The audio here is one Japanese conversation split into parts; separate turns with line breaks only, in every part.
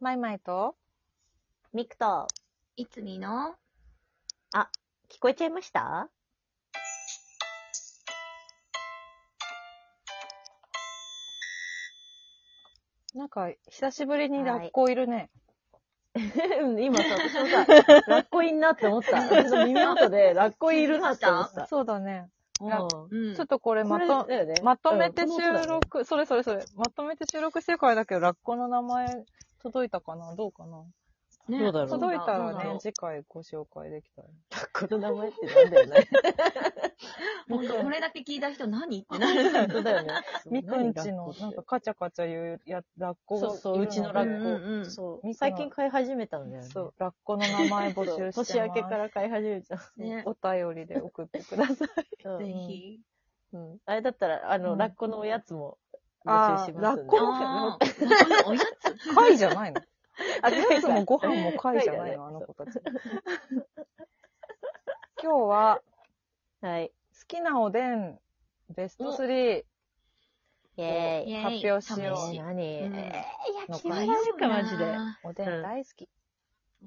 マイマイと
ミクト、
いつみの
聞こえちゃいました
なんか、久しぶりに
はい
ラッコいるね。
うん 今 さ、私もさ、ラッコいんなって思った。 私の耳元でラッコいるなって思った。
そうだね。
うん
ラッ
うん
ちょっとこれま
そ
と、
れだよね
まとめて
うんこの音だ
収
よね
録、それそれそれ、まとめて収録してからだけど、ラッコの名前届いたかなどうかな
ね
どうだろう
届いたら
どうだろ
ね
う、
次回ご紹介できたら。
ラッコの 名前ってなんだよね。
ほんと、これだけ聞いた人何ってなる。
本当だよね。
みくんちの、なんかカチャカチャ言うや、ラッコ
そうそう、うちのラ
ッ
ッコ
ッコ。そう。最近飼い始めたんだよね。
そう、ラッコの名前募集してます。
年明けから飼い始めちゃう。
ね、
お便りで送ってください。
うん
ぜひ。
うんあれだったら、あ
う
の、
ん
ラッコのおやつも募集しますんで。
あーラッコも
あーおや つ
貝じゃないの
あ
おやつもご飯も貝じゃないの、あの子たち。 今日は、
はい。
好きなおでん、ベスト3、
イェーイ。
イェーイ
発表し
イ
よ
試
う
し。
何
うん
えー、いや、決
嫌
ま
い
ら
な
ないか、マジで。
おでん大好き。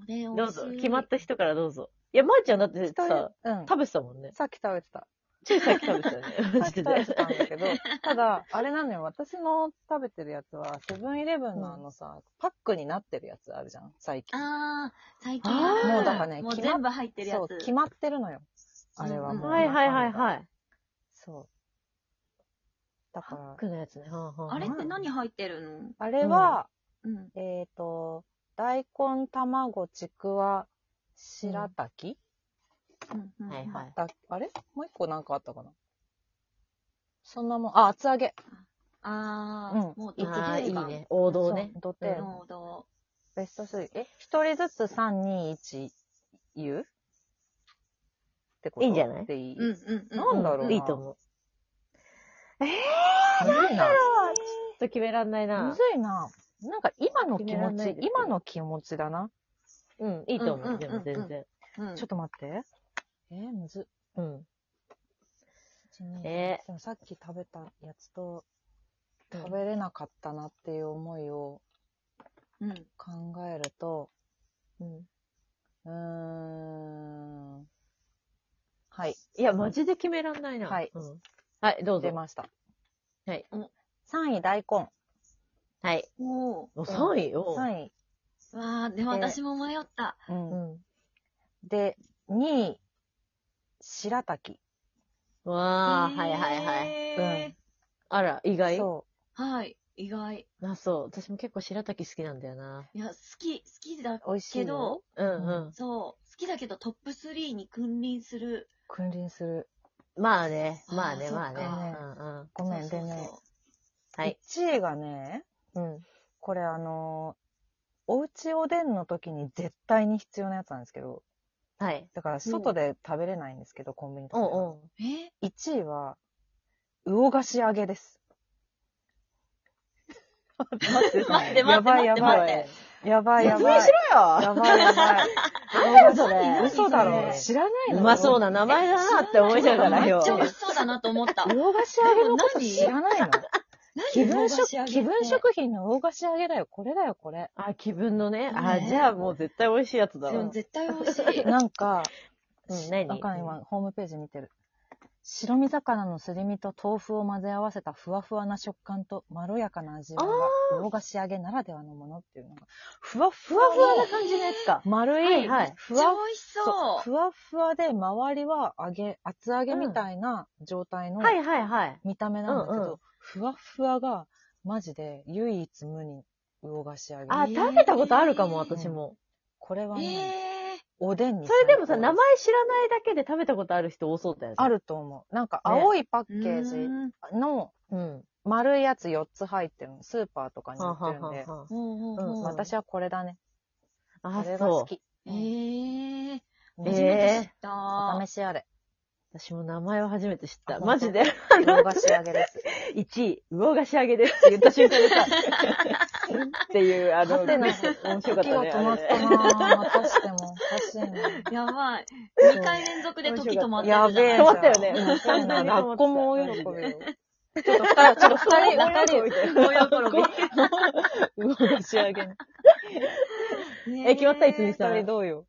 で
どうぞ、決まった人からどうぞ。いや、まーちゃんだって
一人
さ、
うん。
食べてたもんね。
さっき食べてた。
ついさっき食べてたよね。
さ
マ
っき
ジで。
食べてたんだけど、ただ、あれなのよ、私の食べてるやつは、セブンイレブンのあのさ、パックになってるやつあるじゃん、最近。
あー、最近
あー
は。
もうだ
からね
もう
決まっ
全部入ってるや
そう、
つ。
決まってるのよ。あれはもう。。
うん
はいはいはいはいい。
そう。だか
パ
ら
ッ、クのやつね。はんはんはん
あれって何入ってるの
あれは、
うん。
えっ、と、大根、卵、ちくわ、白滝、
うんうん
はいはい。
だあれもう一個なんかあったかなそんなもん、あ、厚揚げ。
あ
うん
ー、もうどっ
ああ、い
ち
い
が。
ね。王道ね
そ。う土手、
うん
濃度
ベスト3。え、一人ずつ3、2、1言うってこと
いいんじゃない
でいい、
うんうんうん。
なんだろうな
うんいいと思う。
むずいな。
ちょっと決めらんない
む
な
ず。いな。なんか今の気
決めら
持
んない
ち
で、すよ
今の気持ちだな。
うん、いいと思
うんう
う。
ん
でも
うんう
全
ん
然。
うん
ちょっと待って。えー、むずっ。
うん。
1 2
え
でもさっき食べたやつと、食べれなかったなっていう思いを
うん。
考えると、
うん
うーん。はい。
いや、マジで決めらんないな。
はい
うん。はい、どう
出
ぞ。
ました。
はい。
3位大根。
はい。
おー。
もう3位よ。
3位。
わー、でも私も迷った。
う。
うんん。
で、2位、白滝。
わあ、はいはいはい。
い。
あら、意外。
そ
はい、意外。
あ、そう。私も結構白滝好きなんだよな。
いや、好き、好きだ
う。美味しい
け
よ
ど。、
うんうん。
そう、好きだけどトップ3に君臨する。
君臨する。
まあね、まあね、
あー
まあね。
そっ
うんうん。
ごめん、
そう
で
そうそう
ね。
はい。
1位がね、
うん。
これあのー、おうちおでんの時に絶対に必要なやつなんですけど、
はい。
だから外で食べれないんですけど、コンビニと
お
か
う
では。
おう。
え
1位は、魚菓子揚げです。待って
待って待
や
って
ばい
待
や
って
ば
待っ
い。
て。
やばいや
説
ば
明
い。
しろよ
やばいやばい。
なんだよ、それ
何。
嘘だろ。
そ
知らないの
うまそう
な。
な名前だなって思いながら
めっ
よ
ち。ゃ美味しそうだなと思った。
魚菓子揚げのこと知らないの
何
気分食、
洋菓子揚げ
気分
って
食品の魚菓子揚げだよ。これだよ、これ。
あ、気分のね。あ、
ね
じゃあもう絶対美味しいやつだ
で
わ。
も
う
絶対 美味し い。
なんか、
ん、何
あかん、今、ホームページ見てる。白身魚のすり身と豆腐を混ぜ合わせたふわふわな食感とまろやかな味わいが魚菓子揚げならではのものっていうのが、ふわふわふわな感じのやつか。丸、
はいいはい
ふ
めっち
わ
ゃ美味し
そう。
そう。
ふわふわで、周りは揚げ、厚揚げみたいな状態の
はいはいはい。
見た目なんだけど、
うんうん
ふわふわが、マジで唯一無二魚菓子揚げ。
あ、
えー
食べたことあるかも、私も。
これは
え
ね、
え
おでんに
それでもさ、
最
名
高です
前知らないだけで食べたことある人多そうだよね。
あ。ると思う。なんか青いパッケ
ー。
ー
う
ジ
ん
の
うん。
丸いやつ4つ入ってるの。スーパーとかに売
は
って
は
るんで。
はは。
ほうほうほ
うん
う
私はこれだね。こ
あ、
れが
そ
好
う。
き。
えー。
うん
え
初
ー
めて知った。
お試しあれ。
私も名前を初めて知っ
あ
た。
本当
マジ で。
魚菓子揚げです。
1位、魚菓子揚げですって言った瞬間に さ、っていう、あの、
はてな
面白かっ
時
た
が
ね。
止
あ
まっ
れね
たなぁ。またしてもおかしいな
やばい。
そう
2回連続で時止まってるじゃ
や
ん。
べえ。
止まったよね
うんそうなの
完全に止まった
学校も大喜びよ。ちょ っと二人、ちょっと二人、
大喜び
二人、
みたいな
大喜び。
魚菓子揚げね。え決まった一二
二
三
人どうよ。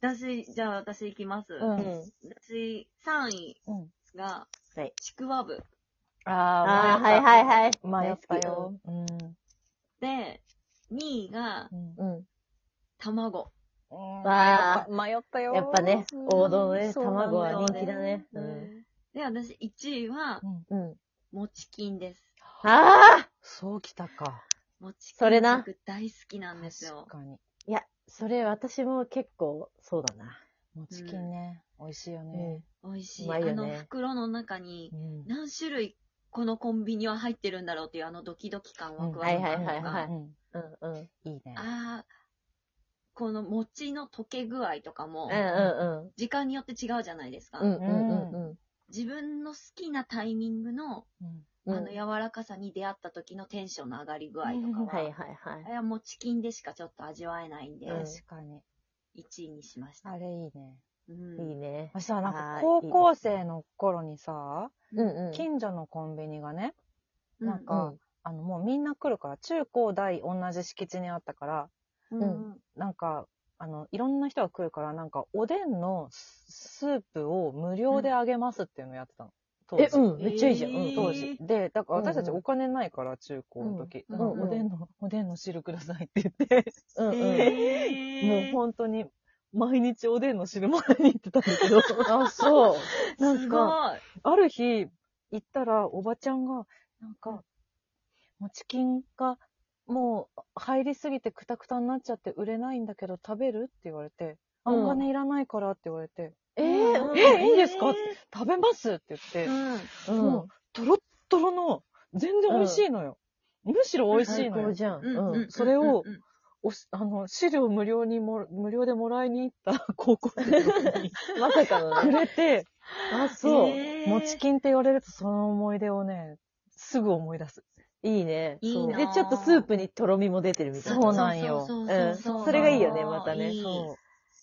私、じゃあ私行きます。
うん
私、3位
うん。
が、
はい
ちくわぶ。
あ
あ
あ、
ー、
はいはい
い。
はい。
迷ったよ。うん。
で、2位が、
うん
うん。
卵。
わ
やっぱ迷ったよ。
やっぱね、
うん
王道のね、
そうなん
卵
だ
は
よ
人気だね。う。
うんんで、私1位は、
うん。
うん。
もちきんです。
ああ
そうきたか。
もちきん。
それな。
大好きなんですよ
確。かに。
いや、それ私も結構そうだな。
もちきんね。美味しいよね。
う
美味し
う
い。
まいよね
あの袋の中に
う、ん
何種類、このコンビニは入ってるんだろうっていう、あのドキドキ感、ワクワク感とか。
はいはいはいはい
うん
んうんうん。
いいね。
ああ、この餅の溶け具合とかも
うん、うん
時間によって違うじゃないですか。
うん。うんうんうんうん。
自分の好きなタイミングの、
うん
うん
あの柔らかさに出会った時のテンションの上がり具合とか
うん
は、
はいはい
あ
は
れはもうチキンでしかちょっと味わえないんで、
うん
確かに。
1位にしました。
あれいいね。
う
い。いい
ん、
ね。
私さ、なんか
あー
高校生の頃にさ、
うんうん。
近所のコンビニがね、
うん
なんか、あの、もうみんな来るから、中高大同じ敷地にあったから、
うんん
なんか、あの、いろんな人が来るから、なんか、おでんのススープを無料であげますっていうのをやってたの。当時
え、うん、めっちゃいいじゃん。うん、
当
え
時。
ー
で、だから私たち
うんうん
お金ないから、中高の時。
う
だ
ん
から
うん
おでんの、おでんの汁くださいって言って、
うんうん。
えー
もう本当に、毎日おでんの汁もらいに行ってたんだけど、
あ、そう。
なんか、ある日、行ったら、おばちゃんが、なんか、もちきんが、もう、入りすぎてくたくたになっちゃって売れないんだけど食べるって言われて、あ、
うん
お金いらないからって言われて、
え
す
ー
ごい、
えいいんですか
う
食べますって言って、
ん、
うん
もう、とろっとろの、全然美味しいのよ。むしろ美味しい
最
の
高
よ。
じゃん。
うん
う
うんん。
それを
うんうん
おしあの、資料無料にも、無料でもらいに行 った高校生の時に
まさかの
く
ね。
れて、
あ、そう。
えー
もちきんって言われるとその思い出をね、すぐ思い出す。
いいね。
いいな
で、ちょっとスープにとろみも出てるみたいな。
そうなんよ
そうそうそう
う
そ
ん
う
それがいいよねまたね
いい
い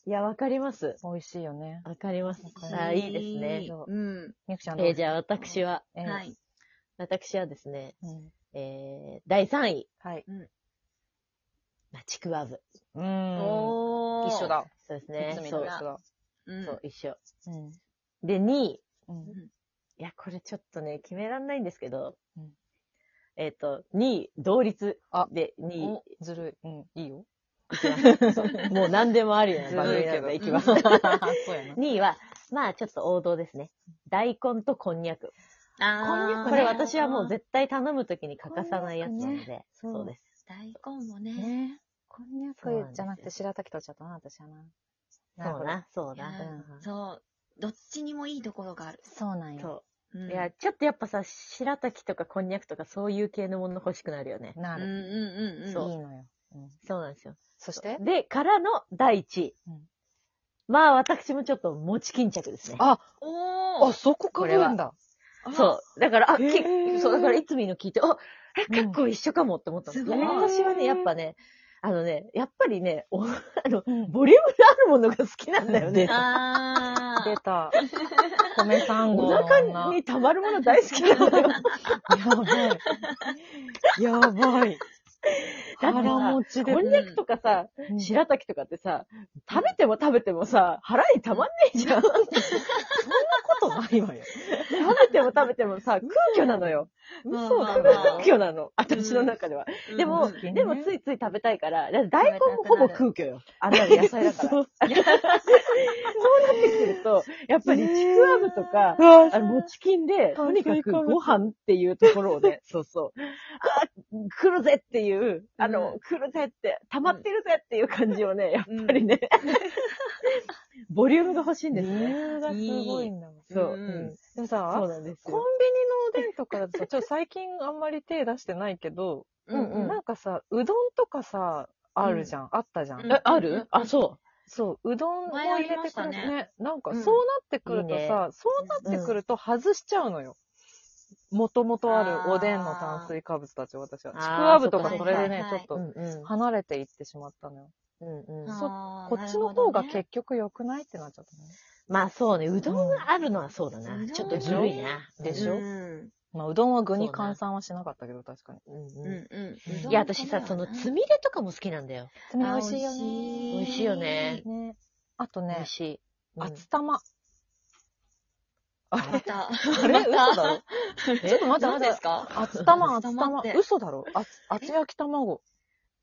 や、わかります。
美味しいよね。
わかります。
うん
あ、いいですね。
うん。
みくちゃんどう
えーじゃあ私は、
えー
はい。
私はですね、
うん
えー、第3位、
はい。
まあ、ちくわぶ。
うーん。
おー
一緒。だ。
そうです
い
ね
つ。も
そ
と一
う
緒だ。
うん
そう、一緒。
うん。
で、2位、
うん。
いや、これちょっとね、決めらんないんですけど、
うん
えっ、と、2位、同率
あ
で2位
お、ずるい。うん。いいよ。
いきます。 もう何でもあるよ う
ず
な番
るい
組
け
なの
ど。
でいきます。
うん
2
そうやな。
位は、まあちょっと王道ですね。大根とこんにゃく。
あー
これ私はもう絶対頼むときに欠かさないやつなので、
こんにゃくねそう
そうです。
大根もね。
ねこんにゃ
そうなんです
く
よ
じゃなくて白滝取っちゃったな、私はな。なる
そ
ほ
う
ど。
な、そう
いや
な。
うん
そう。どっちにもいいところがある。
そうなんよ。
そ
うん
う。いや、ちょっとやっぱさ、白滝とかこんにゃくとかそういう系のもの欲しくなるよね。
な
うんう
る。
んうんうん。
いいのよ。うん
そうなんですよ。
そして
で、からの第一位。
うん
まあ私もちょっと餅巾着ですね。
あ、
お
あ、
ー
そこかぶるんだ。
そう。だから、
へ
あ、き
ー
そう、だからいつもの聞いて、あ、え、
うん
結構一緒かもって思ったの。
すごい
で私はね、やっぱね、あのね、やっぱりね、おあの、
うん
ボリュームのあるものが好きなんだよね。
あ
出た。米三
お
号の
腹
女。
に溜まるもの大好きなんだよ。
やばい。やばい。
だってさ
腹持ちで
こ。んにゃくとかさ、
うん
白滝とかってさ、食べても食べてもさ、腹に溜まんねえじゃん。食
ことないわよ。
べても食べてもさ、空虚なのよ。
まあ
嘘
ま
だ
あまあ
空虚なの。私の中では。
ー
でも、
うんうん
でもついつい食べたいから、だって大根もほぼ空虚よ。あんなの野菜だか
そ
ら。そううなってくると、やっぱりちくわぶとか、
うわ
あの、もちきんで、と
炭
に
水
か
化
く
物
ご飯っていうところを ね、そうそう。あー来るぜっていう、あの、
う
来るぜって、溜まってるぜっていう感じをね、やっ
うん
ぱりね、ボリュームが欲しいんです
理
ね。
由がすごいんだもん。
そう。
うん
うん
でも
そう
さ、
なんです
コンビニの
よ。
おでんとかだとさ、ちょっ と最近あんまり手出してないけど、
うんうん
なんかさ、うどんとかさ、あるじゃん。あったじゃん。
うん
え、あるあ、そ
そう、うどんを
前
入れ
ありま
て
し
く
た
る
ね
ね。なんか、
う
そうんなってくると
いい
さ、そうなってくると外しちゃうのよ。もともとあるおでんの炭水化物たち、私は。
あ
ち
ー
くわぶとか
そっ
そ
か
れでね
はい、
ち
は
ょっ
いはい
う。う
と
んうん。
離れていってしまったのよ。
うんうん
あ
そ
ー
こっちの方
なるほど
が
ね
結局良くないってなっちゃったね。
まあそうね、うどんがあるのはそうだな。
うん
ちょっとずるいな。
でしょ
うん
まあ、うどんは具に
そうね
換算はしなかったけど、確かに。
うん
うん
う
うん。
ん
う
いや、私さ、そのつみれとかも好きなんだよ。
つみれ
あ
美味しいよね。
美
味しいよね
ね。あと
美
ね
味、しい。うん
厚玉。あ
ま
れ
た。
あれ
ま
嘘
た
だ ろちょっと待って
何
待っ
で
て
す。か
厚玉、
厚
厚
玉
玉
って。
嘘だろ厚厚焼き卵。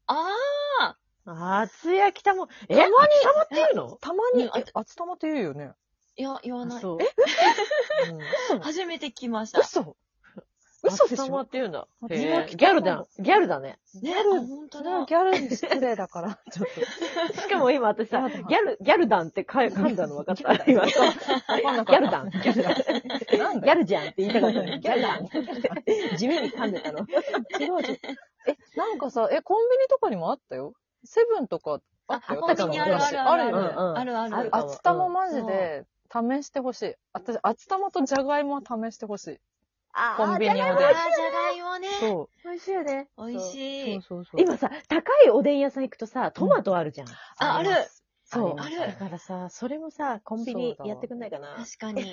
あ
厚焼きたも、え、
たまに
厚玉っていうの
たまに、
うん
え厚玉って言うよね。
ーいや、言わ
あ
ない。
そう。
初めて聞きました。
嘘嘘でし
厚玉
ょ
っていうんだ。
厚
へ
焼き
え
卵
ギャルだ。ギャルだね。
ね、
ギャル
あ本当
それは
だ。
ギャルに失礼だから。ちょっ
しかも今私さ、
ギャルだ
ギャル、ギャル団ってか噛んだの分かった今。ギ
と。わかんなかっ
ャル団。ギャル団。
た。なんだ
ギャ
よ
ルじゃんって言いたかったの。ギャル 団。
ギャルだ
地味に噛んでたの。
違う違う。え、なんかさ、え、コンビニとかにもあったよ。セブンとかあったよ。
あコンビニある
昔
あるある
よ
うん
ね
うん
あるあ
ある
る。
あ
厚玉マジで試してほしい。私、厚玉とじゃがいもは試してほしい。
あ
コンビニ
あ
あ
ー、
る
じゃがいもね。
そ
美味しいよね。
美味
う。
し
そ。
いう
そうそう。
今さ、高いおでん屋さん行くとさ、トマトあるじゃん。
あ、ある。
そう。
あ
ります
だからさ、それもさ、コンビニ
そうだわ
やってくんないかな。
確 かに。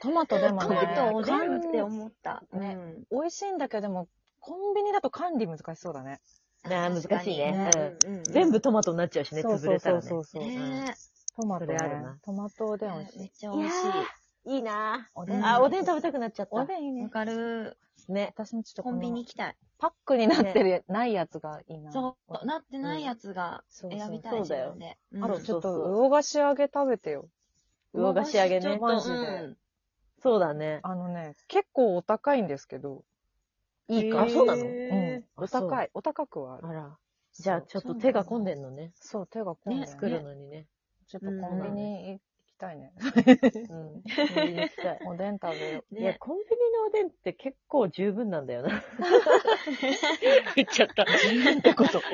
トマトでも
ト
ね。
マトおでんって
管
思った。
ね
うん
美味しいんだけど、でも、コンビニだと管理難しそうだね。
なあ難しいね。
確かに
うん
うんうんうん
全部トマトになっちゃうしね、
そう
潰
そう
れた
そ
ら
う
ね。
そうそう。
ね
トマトね
それあるな。
トマトおでん美味し
め
い。
っちゃ美味し
いいな
お
うん
あ、おでん食べたくなっちゃった。
おでんいい
い。わ
ね。
かる。
ね。
私もちょっと
コ
こ
ンビニ
の
行きたい。
パックになってる、ないやつがいいな。
そう、なってないやつが
そうそう
選びたい
そう
自
だよ
分で。うん
あ
そう
と、ちょっと、
そう
魚菓子揚げ食べてよ。
魚菓子揚げね
ち。ょっと
マジで
うん
そうだね。
あのね、結構お高いんですけど、いいから。
あそうなの
うん。お高
い。
い。お高くはある。
あら。じゃあ、ちょっと手が込んでんのね。
そう、手が込んで、
ね
作るのにね。
ちょっとコンビニ行きたいね。。
うん。コンビニ行きたい
おでん食べよ
いや、
ね
コンビニのおでんって結構十分なんだよな。言っちゃった。
う。ってこと。